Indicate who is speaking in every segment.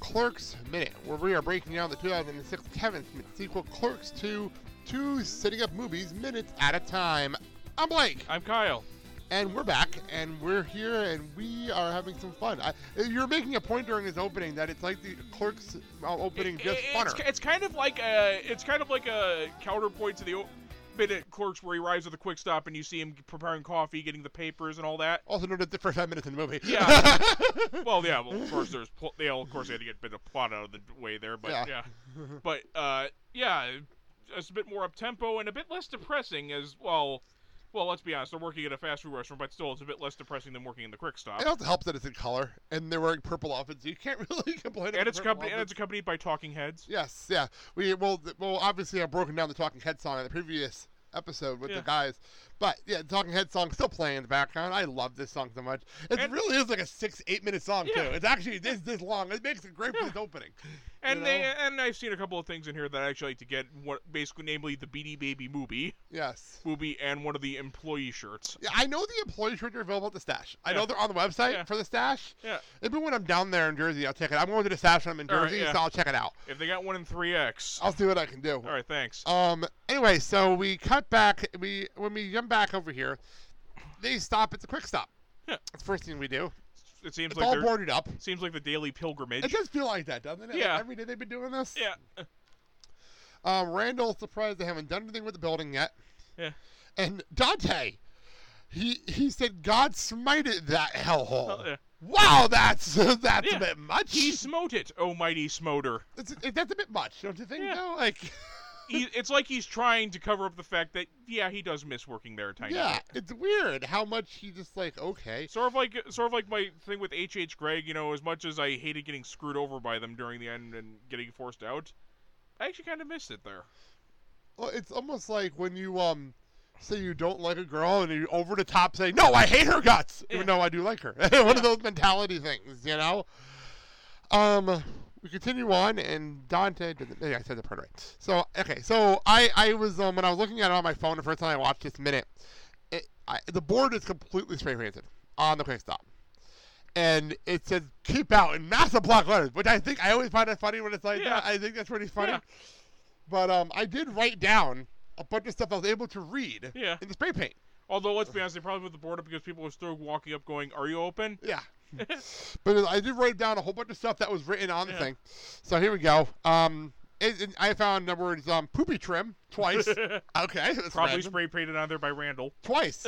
Speaker 1: Clerks Minute, where we are breaking down the 2006 Kevin Smith sequel Clerks 2, two sitting up movies minutes at a time. I'm Blake,
Speaker 2: I'm Kyle.
Speaker 1: and we're back, and we're here, and we are having some fun. I, you're making a point during this opening that it's like the Clerks uh, opening just
Speaker 2: I-
Speaker 1: funner.
Speaker 2: it's, it's kind of like a it's kind of like a counterpoint to the o- bit at Clerks where he arrives with a quick stop and you see him preparing coffee, getting the papers and all that.
Speaker 1: also noted the first five minutes in the movie.
Speaker 2: Yeah. well, yeah. Well, of course, there's pl- they all, of course they had to get a bit of plot out of the way there, but
Speaker 1: Yeah.
Speaker 2: yeah, but uh, yeah, it's a bit more up tempo and a bit less depressing as well. Well, let's be honest, they're working at a fast food restaurant, but still, it's a bit less depressing than working in the quick stop.
Speaker 1: It also helps that it's in color, and they're wearing purple outfits. You can't really complain. about
Speaker 2: And it's
Speaker 1: purple
Speaker 2: accompanied and
Speaker 1: outfits.
Speaker 2: it's accompanied by talking heads.
Speaker 1: Yes, yeah. We well, th- well, obviously I've broken down the Talking Head song in the previous episode with the
Speaker 2: Yeah.
Speaker 1: guys, but yeah, the Talking Head song still playing in the background. I love this song so much. It
Speaker 2: And-
Speaker 1: really is like a six, eight minute song
Speaker 2: Yeah.
Speaker 1: too. It's actually this this long. It makes it great for
Speaker 2: Yeah.
Speaker 1: this opening.
Speaker 2: And
Speaker 1: you
Speaker 2: they
Speaker 1: know?
Speaker 2: and I've seen a couple of things in here that I actually like to get. What basically, namely the Beanie Baby movie,
Speaker 1: Yes.
Speaker 2: movie, and one of the employee shirts.
Speaker 1: Yeah, I know the employee shirts are available at the stash. I
Speaker 2: Yeah.
Speaker 1: know they're on the website
Speaker 2: Yeah.
Speaker 1: for the stash.
Speaker 2: Yeah.
Speaker 1: Even when I'm down there in Jersey, I'll check it. I'm going to the stash when I'm in
Speaker 2: All right,
Speaker 1: Jersey,
Speaker 2: yeah.
Speaker 1: so I'll check it out.
Speaker 2: If they got one in three X,
Speaker 1: I'll see what I can do.
Speaker 2: all right, thanks.
Speaker 1: Um. Anyway, so we cut back. We when we jump back over here, they stop. It's a quick stop.
Speaker 2: Yeah.
Speaker 1: It's the first thing we do.
Speaker 2: It seems
Speaker 1: It's
Speaker 2: like
Speaker 1: all
Speaker 2: they're-
Speaker 1: boarded up.
Speaker 2: Seems like the daily pilgrimage.
Speaker 1: It does feel like that, doesn't it? Like,
Speaker 2: Yeah.
Speaker 1: every day they've been doing this.
Speaker 2: yeah.
Speaker 1: Um. Randall's surprised they haven't done anything with the building yet.
Speaker 2: Yeah.
Speaker 1: And Dante, he he said, "God smited that hellhole."
Speaker 2: Oh, yeah.
Speaker 1: Wow, that's that's a
Speaker 2: Yeah.
Speaker 1: bit much.
Speaker 2: He smote it, oh mighty smoter.
Speaker 1: It's, it- that's a bit much, don't you think?
Speaker 2: Yeah.
Speaker 1: though? like.
Speaker 2: He, it's like he's trying to cover up the fact that yeah, he does miss working there a tiny
Speaker 1: Yeah,
Speaker 2: bit.
Speaker 1: it's weird how much he just like okay.
Speaker 2: Sort of like sort of like my thing with H H Greg. You know, as much as I hated getting screwed over by them during the end and getting forced out, I actually kind of missed it there.
Speaker 1: Well, it's almost like when you um say you don't like a girl and you over the top say, "No, I hate her guts," even
Speaker 2: Yeah.
Speaker 1: though I do like her. One of those mentality things, you know. Um, we continue on, and Dante. Did the, yeah, I said the part right. So okay, so I I was um when I was looking at it on my phone the first time I watched this minute, it, I, the board is completely spray painted on the quick stop. And it says keep out in massive block letters, which I think I always find that funny when it's like
Speaker 2: Yeah.
Speaker 1: that. I think that's pretty funny.
Speaker 2: Yeah.
Speaker 1: But um, I did write down a bunch of stuff I was able to read
Speaker 2: Yeah.
Speaker 1: in the spray paint.
Speaker 2: Although let's be honest, they probably put the board up because people were still walking up, going, "Are you open?"
Speaker 1: Yeah. but I did write down a whole bunch of stuff that was written on the
Speaker 2: Yeah.
Speaker 1: thing. So here we go. Um, it, it- I found the words um, poopy trim twice. okay. That's
Speaker 2: Probably
Speaker 1: random.
Speaker 2: spray painted on there by Randall.
Speaker 1: twice.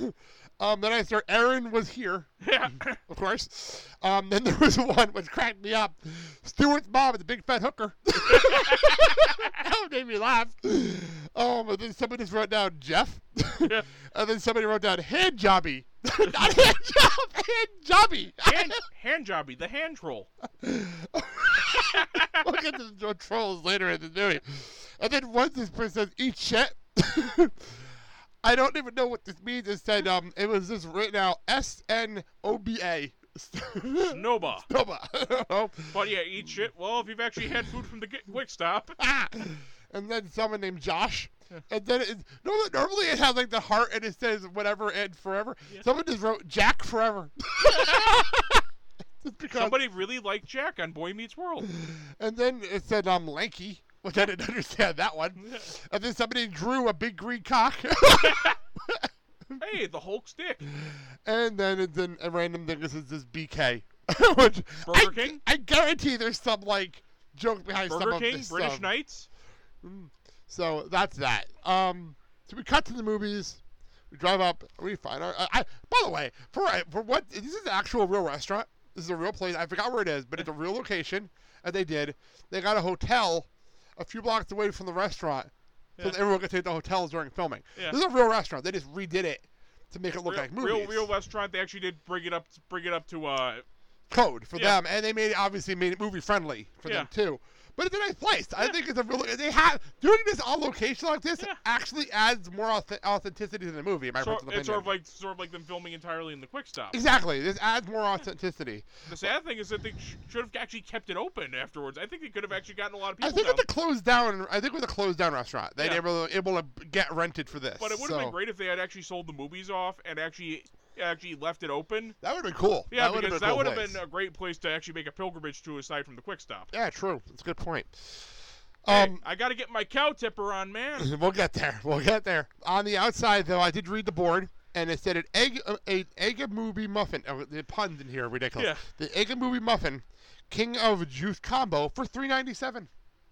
Speaker 1: um, then I saw Aaron was here,
Speaker 2: Yeah.
Speaker 1: of course. Um, then there was one which cracked me up. Stewart's mom is a big fat hooker. that made me laugh. Um, and then somebody just wrote down Jeff.
Speaker 2: Yeah.
Speaker 1: and then somebody wrote down hand jobby. Not hand job, hand jobby.
Speaker 2: hand, hand jobby, the hand troll.
Speaker 1: we'll get to the trolls later in the movie. And then once this person says, eat shit. I don't even know what this means. It said, um, it was just written out S N O B A. Snoba.
Speaker 2: Noba.
Speaker 1: I don't know.
Speaker 2: But yeah, eat shit. Well, if you've actually had food from the Gi- quick stop.
Speaker 1: Ah! And then someone named Josh. And then it, normally, normally it has like the heart and it says whatever and forever.
Speaker 2: Yeah.
Speaker 1: Someone just wrote Jack forever. Just because-
Speaker 2: Somebody really liked Jack on Boy Meets World.
Speaker 1: And then it said um lanky, which I didn't understand that one. And then somebody drew a big green cock.
Speaker 2: Hey, the Hulk's dick.
Speaker 1: and then it's in a random thing that says this BK. which I,
Speaker 2: Burger King?
Speaker 1: I guarantee there's some like joke behind some
Speaker 2: Burger
Speaker 1: of
Speaker 2: King,
Speaker 1: this
Speaker 2: British
Speaker 1: um,
Speaker 2: Knights.
Speaker 1: So that's that. Um, so we cut to the movies. We drive up. We find our. I, I, by the way, for uh, for what this is an actual real restaurant. This is a real place. I forgot where it is, but it's a real location. And they did. They got a hotel, a few blocks away from the restaurant, so
Speaker 2: Yeah.
Speaker 1: that everyone could stay at the hotels during filming.
Speaker 2: Yeah.
Speaker 1: This is a real restaurant. They just redid it to make it look
Speaker 2: real,
Speaker 1: like movies.
Speaker 2: real, real restaurant. They actually did bring it up, bring it up to uh,
Speaker 1: code for
Speaker 2: Yeah.
Speaker 1: them, and they made it obviously made it movie friendly for them too. But it's a nice place. I think it's a really they have doing this on location like this
Speaker 2: Yeah.
Speaker 1: actually adds more auth- authenticity to the movie. In my
Speaker 2: sort,
Speaker 1: personal
Speaker 2: it's sort of
Speaker 1: opinion.
Speaker 2: like sort of like them filming entirely in the quick stop.
Speaker 1: exactly, this adds more authenticity.
Speaker 2: The sad thing is that they sh- should have actually kept it open afterwards. I think they could have actually gotten a lot of
Speaker 1: I
Speaker 2: people
Speaker 1: think
Speaker 2: down.
Speaker 1: with the closed down, I think with a closed down restaurant, they
Speaker 2: Yeah.
Speaker 1: were able to get rented for this.
Speaker 2: But it would have
Speaker 1: so.
Speaker 2: been great if they had actually sold the movies off and actually actually left it open.
Speaker 1: That would have been cool.
Speaker 2: Yeah,
Speaker 1: that would have
Speaker 2: because
Speaker 1: been,
Speaker 2: that
Speaker 1: would
Speaker 2: would have been a great place to actually make a pilgrimage to aside from the quick stop.
Speaker 1: yeah, true. That's a good point.
Speaker 2: Hey,
Speaker 1: Um,
Speaker 2: I got to get my cow tipper on, man.
Speaker 1: We'll get there. We'll get there. On the outside, though, I did read the board, and it said an egg, uh, a egg movie muffin. Oh, the puns in here are ridiculous.
Speaker 2: Yeah.
Speaker 1: The egg movie muffin, king of juice combo for three ninety seven.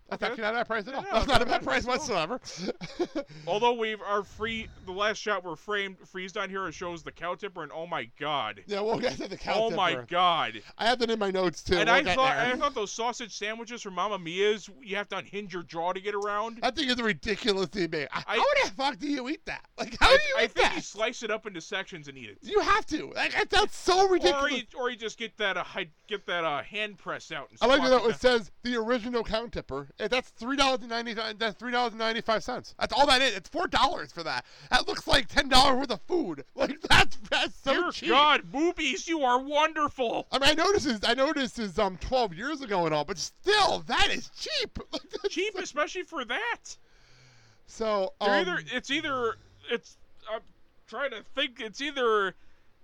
Speaker 1: That's
Speaker 2: Okay.
Speaker 1: actually not a bad price at all.
Speaker 2: Yeah,
Speaker 1: That's
Speaker 2: no,
Speaker 1: not a
Speaker 2: not
Speaker 1: bad
Speaker 2: a
Speaker 1: price
Speaker 2: bad
Speaker 1: whatsoever.
Speaker 2: Although we are free, the last shot we're framed freezed on here. It shows the cow tipper, and oh my god,
Speaker 1: yeah, we'll get to the count.
Speaker 2: oh my
Speaker 1: Deborah.
Speaker 2: god.
Speaker 1: I have that in my notes too.
Speaker 2: And
Speaker 1: we'll
Speaker 2: I
Speaker 1: get
Speaker 2: thought,
Speaker 1: there.
Speaker 2: and I thought those sausage sandwiches from Mamma Mia's, you have to unhinge your jaw to get around.
Speaker 1: that thing is ridiculous to me. I,
Speaker 2: I-
Speaker 1: how the fuck do you eat that? Like, how do you
Speaker 2: I
Speaker 1: eat
Speaker 2: think
Speaker 1: that?
Speaker 2: you slice it up into sections and eat it.
Speaker 1: You have to. Like, that- that's so ridiculous.
Speaker 2: Or you, or you just get that uh, hy- get that uh, hand press out and
Speaker 1: I like that
Speaker 2: squash
Speaker 1: it
Speaker 2: it down.
Speaker 1: says the original count tipper. Eh, That's three dollars and ninety. That's three dollars and ninety five cents. That's all that is. It's four dollars for that. That looks like ten dollars worth of food. Like that's that's so
Speaker 2: Dear
Speaker 1: cheap.
Speaker 2: God, boobies, you are wonderful.
Speaker 1: I mean, I noticed this. I noticed this um twelve years ago and all, but still, that is cheap. Like, that's
Speaker 2: Cheap,
Speaker 1: so-
Speaker 2: especially for that.
Speaker 1: So um,
Speaker 2: They're either it's either it's I'm trying to think it's either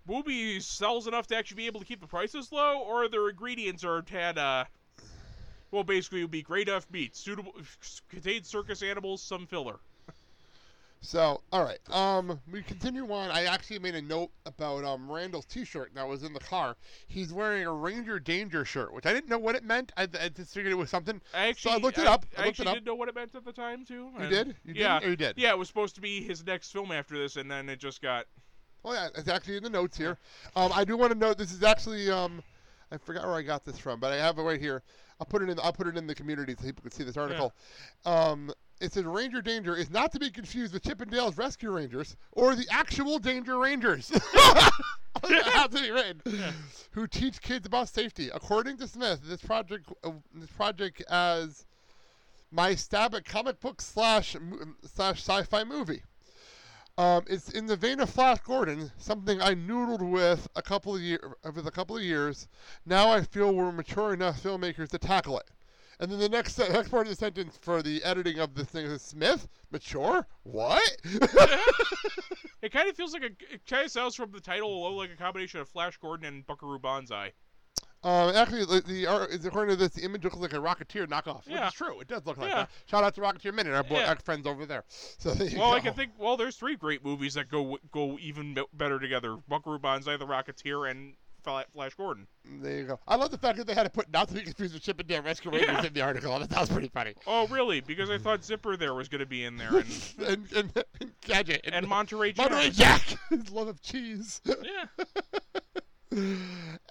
Speaker 2: Booby sells enough to actually be able to keep the prices low, or their ingredients are had uh well basically it would be great F meat, suitable contained circus animals, some filler.
Speaker 1: so all right. Um, we continue on. I actually made a note about um Randall's T-shirt that was in the car. He's wearing a Ranger Danger shirt, which I didn't know what it meant. I, I just figured it was something.
Speaker 2: I actually
Speaker 1: looked it up. I
Speaker 2: I,
Speaker 1: looked
Speaker 2: actually
Speaker 1: it up.
Speaker 2: didn't know what it meant at the time too.
Speaker 1: You
Speaker 2: and-
Speaker 1: did? You
Speaker 2: yeah.
Speaker 1: didn't? Or you did?
Speaker 2: Yeah, it was supposed to be his next film after this, and then it just got.
Speaker 1: Oh yeah, it's actually in the notes here. Um, I do want to note this is actually um, I forgot where I got this from, but I have it right here. I'll put it in. I'll put it in the community so people can see this article. Um, it says Ranger Danger is not to be confused with Chippendales Rescue Rangers or the actual Danger Rangers. How to be written, who teach kids about safety. According to Smith, this project uh, this project as my stab at comic book slash mo- slash sci-fi movie. Um, it's in the vein of Flash Gordon, something I noodled with a couple of year with a couple of years. Now I feel we're mature enough filmmakers to tackle it. And then the next the next part of the sentence for the editing of this thing is Smith mature what?
Speaker 2: It kind of feels like a. It kind of sounds from the title alone like a combination of Flash Gordon and Buckaroo Banzai.
Speaker 1: um, actually, the, the art is according to this, the image looks like a Rocketeer knockoff, which
Speaker 2: Yeah.
Speaker 1: is true. It does look like
Speaker 2: Yeah.
Speaker 1: that. Shout out to Rocketeer Minute, our, boy,
Speaker 2: Yeah.
Speaker 1: our friends over there. So there you
Speaker 2: Well, I
Speaker 1: go.
Speaker 2: can think. Well, there's three great movies that go go even be- better together: Buckaroo Banzai, The Rocketeer, and Fla- Flash Gordon.
Speaker 1: There you go. I love the fact that they had to put not to be confused with Chip and Dale Rescue Rangers
Speaker 2: Yeah.
Speaker 1: in the article. That was pretty funny.
Speaker 2: Oh, really? Because I thought Zipper there was going to be in there, and,
Speaker 1: and, and, and Gadget.
Speaker 2: and Monterey Jack.
Speaker 1: Monterey Jack. His love of cheese.
Speaker 2: Yeah.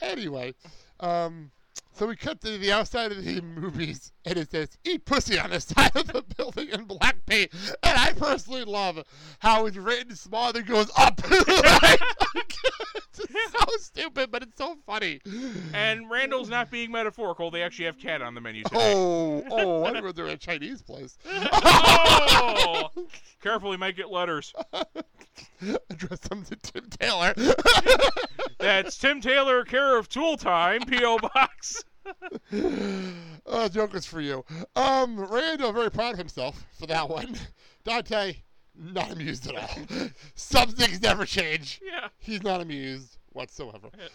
Speaker 1: anyway, um, so we cut to the outside of the movies, and it says "Eat pussy" on the side of the building in black paint. And I personally love how it's written small that goes up. Like, it's just so stupid, but it's so funny.
Speaker 2: And Randall's not being metaphorical. They actually have cat on the menu today.
Speaker 1: Oh, oh! I remember they're at a Chinese place.
Speaker 2: Oh! Careful, he might get letters.
Speaker 1: Address them to Tim Taylor.
Speaker 2: That's Tim Taylor, care of Tool Time, P.O. Box.
Speaker 1: oh, joke is for you. Um, Randall very proud of himself for that one. Dante not amused at all. Some things never change.
Speaker 2: Yeah.
Speaker 1: He's not amused whatsoever.
Speaker 2: Yeah.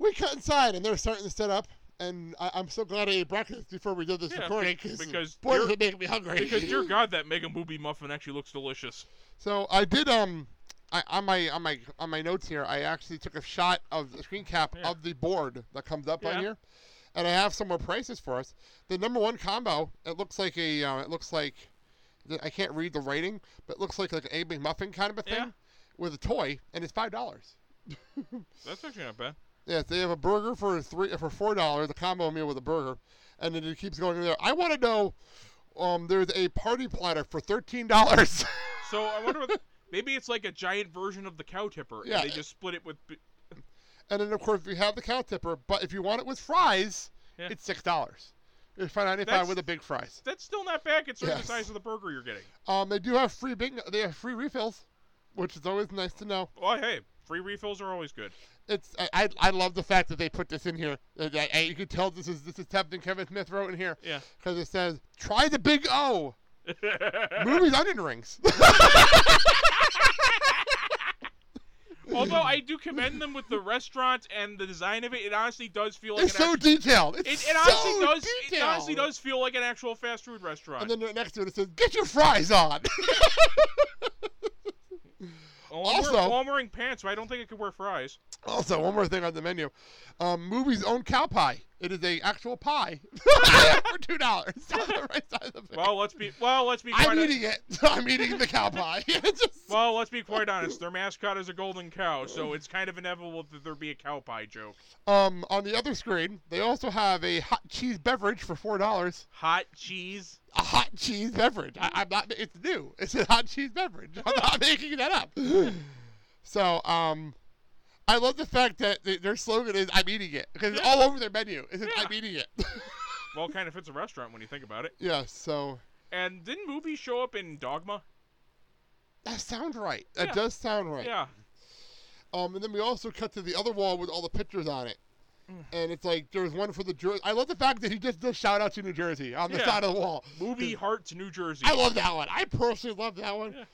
Speaker 1: We cut inside and they're starting to set up. And I, I'm so glad I ate breakfast before we did this
Speaker 2: Yeah,
Speaker 1: recording
Speaker 2: be-
Speaker 1: because
Speaker 2: because
Speaker 1: boy, does
Speaker 2: you're-
Speaker 1: it make me hungry.
Speaker 2: Because dear God, that Mega Booby muffin actually looks delicious.
Speaker 1: So I did um I, on my on my on my notes here, I actually took a shot of the screen cap
Speaker 2: Yeah.
Speaker 1: of the board that comes up on
Speaker 2: Yeah.
Speaker 1: here. And I have some more prices for us. The number one combo, it looks like a uh, it looks like the- I can't read the writing, but it looks like like an egg muffin kind of a thing
Speaker 2: Yeah.
Speaker 1: with a toy and it's five dollars.
Speaker 2: That's actually not bad.
Speaker 1: Yes, they have a burger for three for four dollars, a combo meal with a burger, and then it keeps going there. I want to know, um, there's a party platter for thirteen dollars.
Speaker 2: So I wonder what, maybe it's like a giant version of the cow tipper.
Speaker 1: Yeah.
Speaker 2: And they just split it with. b-
Speaker 1: And then of course we have the cow tipper, but if you want it with fries,
Speaker 2: Yeah.
Speaker 1: it's six dollars. It's five ninety five
Speaker 2: That's-
Speaker 1: with a big fries.
Speaker 2: That's still not bad considering
Speaker 1: Yes.
Speaker 2: the size of the burger you're getting.
Speaker 1: Um, they do have free bingo. They have free refills, which is always nice to know.
Speaker 2: Oh hey, free refills are always good.
Speaker 1: It's I, I, I love the fact that they put this in here. Uh, I- I- you can tell this is this is something Kevin Smith wrote in here
Speaker 2: Yeah.
Speaker 1: because it says try the big O movies onion rings.
Speaker 2: Although I do commend them with the restaurant and the design of it, it honestly does feel like
Speaker 1: It's
Speaker 2: an
Speaker 1: so
Speaker 2: act-
Speaker 1: detailed. It's
Speaker 2: it, it honestly
Speaker 1: so
Speaker 2: does
Speaker 1: detailed.
Speaker 2: it honestly does feel like an actual fast food restaurant.
Speaker 1: And then the next to it, it says, "Get your fries on."
Speaker 2: Oh, I'm wearing-
Speaker 1: also-
Speaker 2: oh, I'm wearing pants, so I don't think I could wear fries.
Speaker 1: also, one more thing on the menu: um, movie's own cow pie. It is a actual pie for two dollars.
Speaker 2: Well, let's be well, let's be quite
Speaker 1: I'm
Speaker 2: hon-
Speaker 1: eating it. I'm eating the cow pie. It's just-
Speaker 2: well, let's be quite honest. Their mascot is a golden cow, so it's kind of inevitable that there be a cow pie joke.
Speaker 1: um, on the other screen, they also have a hot cheese beverage for four dollars.
Speaker 2: Hot cheese.
Speaker 1: A hot cheese beverage. I, I'm not. It's new. It's a hot cheese beverage. I'm not making that up. So, um, I love the fact that th- their slogan is "I'm eating it" because it's all over their menu. It says,
Speaker 2: Yeah.
Speaker 1: "I'm eating it."
Speaker 2: Well, it kind of fits a restaurant when you think about it.
Speaker 1: yeah. So
Speaker 2: And didn't movie show up in Dogma?
Speaker 1: that sounds right. That
Speaker 2: Yeah.
Speaker 1: does sound right.
Speaker 2: Yeah.
Speaker 1: Um, and then we also cut to the other wall with all the pictures on it.
Speaker 2: Mm.
Speaker 1: And it's like there's one for the Jer- I love the fact that he just does shout out to New Jersey on the
Speaker 2: Yeah.
Speaker 1: side of the wall.
Speaker 2: Movie Hearts, New Jersey.
Speaker 1: I love that one. I personally love that one.
Speaker 2: Yeah.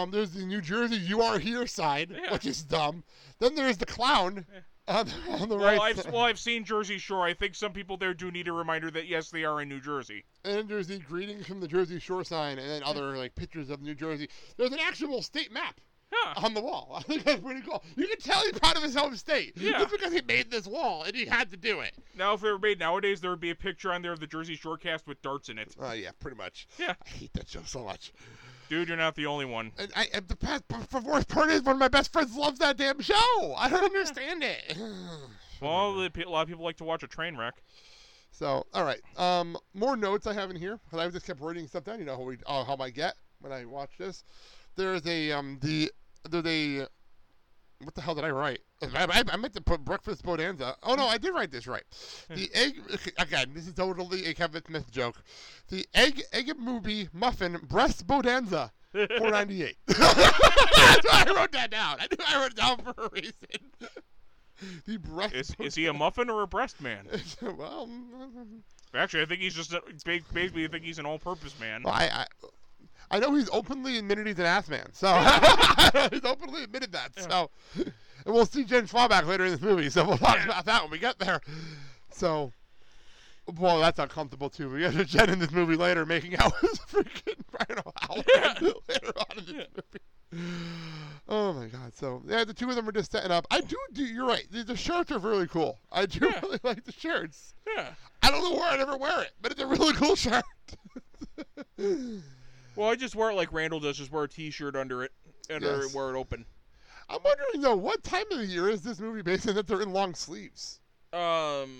Speaker 1: Um, there's the New Jersey "You Are Here" side,
Speaker 2: Yeah.
Speaker 1: which is dumb. Then there's the clown
Speaker 2: Yeah.
Speaker 1: on, the- on the
Speaker 2: well,
Speaker 1: right.
Speaker 2: I've,
Speaker 1: side.
Speaker 2: well, I've seen Jersey Shore. I think some people there do need a reminder that yes, they are in New Jersey.
Speaker 1: And then there's the greetings from the Jersey Shore sign, and then other like pictures of New Jersey. There's an actual state map
Speaker 2: Huh.
Speaker 1: on the wall. I think that's pretty cool. You can tell he's proud of his home state.
Speaker 2: Yeah.
Speaker 1: Just because he made this wall and he had to do it.
Speaker 2: Now, if it were made nowadays, there would be a picture on there of the Jersey Shore cast with darts in it.
Speaker 1: Oh yeah, pretty much.
Speaker 2: Yeah.
Speaker 1: I hate that show so much.
Speaker 2: Dude, you're not the only one.
Speaker 1: And I and the past, but the worst part is one of my best friends loves that damn show. I don't understand it.
Speaker 2: Well, the pe- a lot of people like to watch a train wreck.
Speaker 1: So, all right. Um, more notes I have in here because I just kept writing stuff down. You know how we, uh, how I get when I watch this. There's a um the there's a what the hell did I write? I, I, I meant to put breakfast bonanza. Oh no, I did write this right. The egg again. This is totally a Kevin Smith joke. The egg egg movie muffin breast bonanza. 498. That's why I wrote that down. I knew I wrote it down for a reason. The breast.
Speaker 2: Is, is he a muffin or a breast man?
Speaker 1: well, mm,
Speaker 2: Actually, I think he's just a, ba- basically I think he's an all-purpose man.
Speaker 1: Well, I, I, I know he's openly admitted he's an ass man, so he's openly admitted that.
Speaker 2: Yeah.
Speaker 1: So, and we'll see Jen Schwabach later in this movie, so we'll talk about that when we get there. So, boy, that's uncomfortable too. We have Jen in this movie later making out with freaking Brian O'Halloran later on in this movie. Oh my God! So yeah, the two of them are just setting up. I do. do you're right. The, the shirts are really cool. I do
Speaker 2: Yeah.
Speaker 1: really like the shirts.
Speaker 2: Yeah.
Speaker 1: I don't know where I'd ever wear it, but it's a really cool shirt.
Speaker 2: Well, I just wear it like Randall does, just wear a T-shirt under it and or
Speaker 1: Yes.
Speaker 2: wear it open.
Speaker 1: I'm wondering though, what time of the year is this movie based on that they're in long sleeves?
Speaker 2: Um,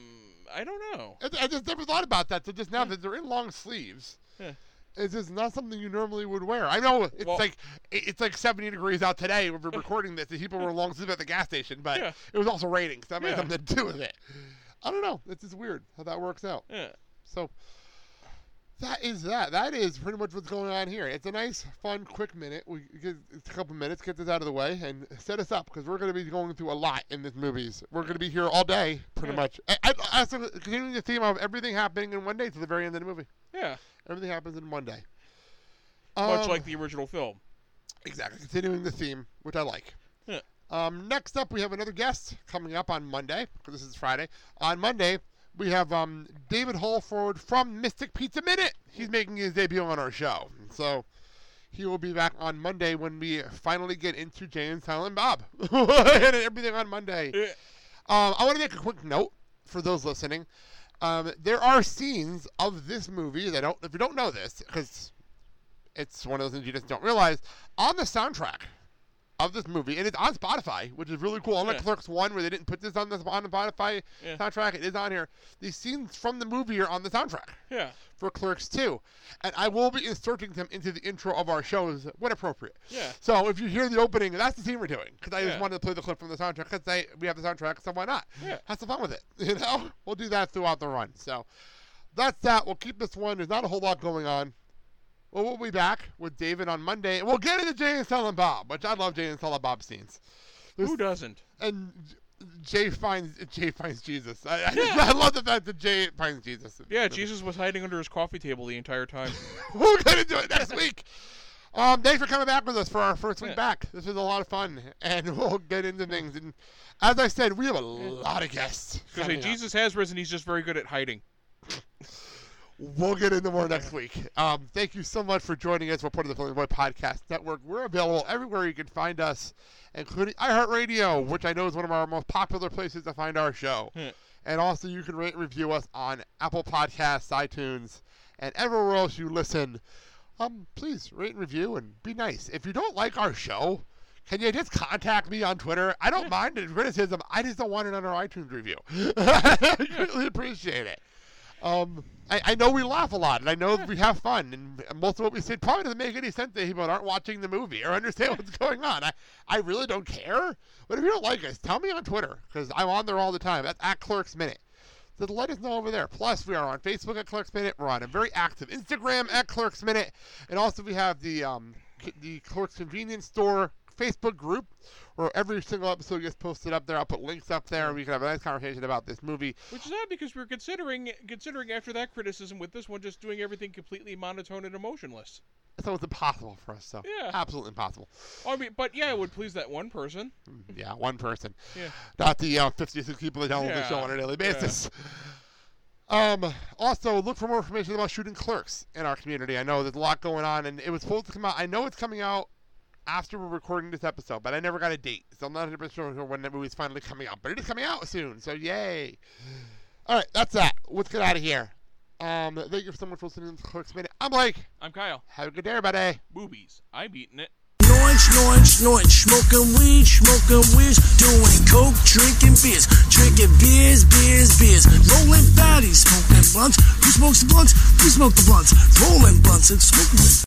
Speaker 2: I don't know.
Speaker 1: I, I just never thought about that. So just now that they're in long sleeves,
Speaker 2: Yeah.
Speaker 1: it's just not something you normally would wear. I know it's
Speaker 2: Well-
Speaker 1: like it- it's like 70 degrees out today when we're recording this, and people were in long sleeves at the gas station, but
Speaker 2: Yeah.
Speaker 1: it was also raining, so that might have
Speaker 2: Yeah.
Speaker 1: something to do with it. I don't know. It's just weird how that works out.
Speaker 2: Yeah.
Speaker 1: So that is that. That is pretty much what's going on here. It's a nice, fun, quick minute. We get it's a couple minutes, get this out of the way, and set us up because we're going to be going through a lot in this movies. We're going to be here all day, pretty
Speaker 2: Yeah.
Speaker 1: much. I, I, I, so continuing the theme of everything happening in one day to the very end of the movie.
Speaker 2: Yeah.
Speaker 1: Everything happens in one day.
Speaker 2: Much
Speaker 1: Um,
Speaker 2: like the original film.
Speaker 1: exactly continuing the theme, which I like.
Speaker 2: Yeah.
Speaker 1: Um, next up, we have another guest coming up on Monday because this is Friday. On Monday, we have um, David Holford from Mystic Pizza Minute. He's making his debut on our show, so he will be back on Monday when we finally get into Jay and Silent Bob and everything on Monday.
Speaker 2: Yeah.
Speaker 1: Um, I want to make a quick note for those listening. Um, there are scenes of this movie that don't, if you don't know this, because it's one of those things you just don't realize, on the soundtrack of this movie, and it's on Spotify, which is really cool. Unlike
Speaker 2: Yeah.
Speaker 1: Clerks One, where they didn't put this on the on the Spotify
Speaker 2: Yeah.
Speaker 1: soundtrack, it is on here. These scenes from the movie are on the soundtrack
Speaker 2: Yeah.
Speaker 1: for Clerks Two, and I will be inserting them into the intro of our shows when appropriate.
Speaker 2: Yeah.
Speaker 1: So if you hear the opening, that's the scene we're doing. Because I just
Speaker 2: Yeah.
Speaker 1: wanted to play the clip from the soundtrack. Because we have the soundtrack, so why not?
Speaker 2: Yeah.
Speaker 1: Have some fun with it. You know, we'll do that throughout the run. So that's that. We'll keep this one. There's not a whole lot going on. Well, we'll be back with David on Monday, and we'll get into Jay and Silent Bob, which I love Jay and Silent Bob scenes. There's-
Speaker 2: Who doesn't?
Speaker 1: and Jay finds Jay finds Jesus. I, I, just-
Speaker 2: Yeah.
Speaker 1: I love the fact that Jay finds Jesus.
Speaker 2: Yeah, Jesus was hiding under his coffee table the entire time.
Speaker 1: We're gonna do it next week. Um, thanks for coming back with us for our first week
Speaker 2: Yeah.
Speaker 1: back. This was a lot of fun, and we'll get into things. And as I said, we have a lot of guests.
Speaker 2: Because
Speaker 1: coming up.
Speaker 2: Jesus has risen. He's just very good at hiding.
Speaker 1: We'll get into more next week. Um, thank you so much for joining us. We're part of the Flaming Boy Podcast Network. We're available everywhere you can find us, including iHeartRadio, which I know is one of our most popular places to find our show.
Speaker 2: Hmm.
Speaker 1: And also, you can rate and review us on Apple Podcasts, iTunes, and everywhere else you listen. Um, please rate and review and be nice. If you don't like our show, can you just contact me on Twitter? I don't mind the criticism. I just don't want it on our iTunes review. I greatly appreciate it. Um, I, I know we laugh a lot, and I know we have fun, and most of what we said probably doesn't make any sense to people that aren't watching the movie or understand what's going on. I, I really don't care. But if you don't like us, tell me on Twitter, because I'm on there all the time. That's at Clerks Minute. So let us know over there. Plus, we are on Facebook at Clerks Minute. We're on a very active Instagram at Clerks Minute, and also we have the um, c- the Clerks Convenience Store Facebook group, where every single episode gets posted up there. I'll put links up there, and we can have a nice conversation about this movie.
Speaker 2: Which is odd because we are considering considering after that criticism with this one just doing everything completely monotone and emotionless.
Speaker 1: So it's impossible for us. So
Speaker 2: Yeah.
Speaker 1: absolutely impossible.
Speaker 2: I mean, but yeah, it would please that one person.
Speaker 1: Yeah, one person,
Speaker 2: Yeah.
Speaker 1: not the uh, 56 people that download the show
Speaker 2: Yeah,
Speaker 1: on a daily
Speaker 2: yeah.
Speaker 1: basis. Um, also, look for more information about shooting clerks in our community. I know there's a lot going on, and it was supposed to come out. I know it's coming out after we're recording this episode, but I never got a date, so I'm not 100% sure when that movie's finally coming out. But it is coming out soon, so yay! All right, that's that. Let's get out of here. Um, thank you so much for listening to Clerks Minute. I'm Blake.
Speaker 2: I'm Kyle.
Speaker 1: Have a good day, everybody.
Speaker 2: Boobies. I've eaten it.
Speaker 3: Snoring, snoring, snoring, smoking weed, smoking weed, doing coke, drinking beers, drinking beers, beers, beers, rolling fatties, smoking blunts. Who smokes the blunts? We smoke the blunts, rolling blunts and smoking.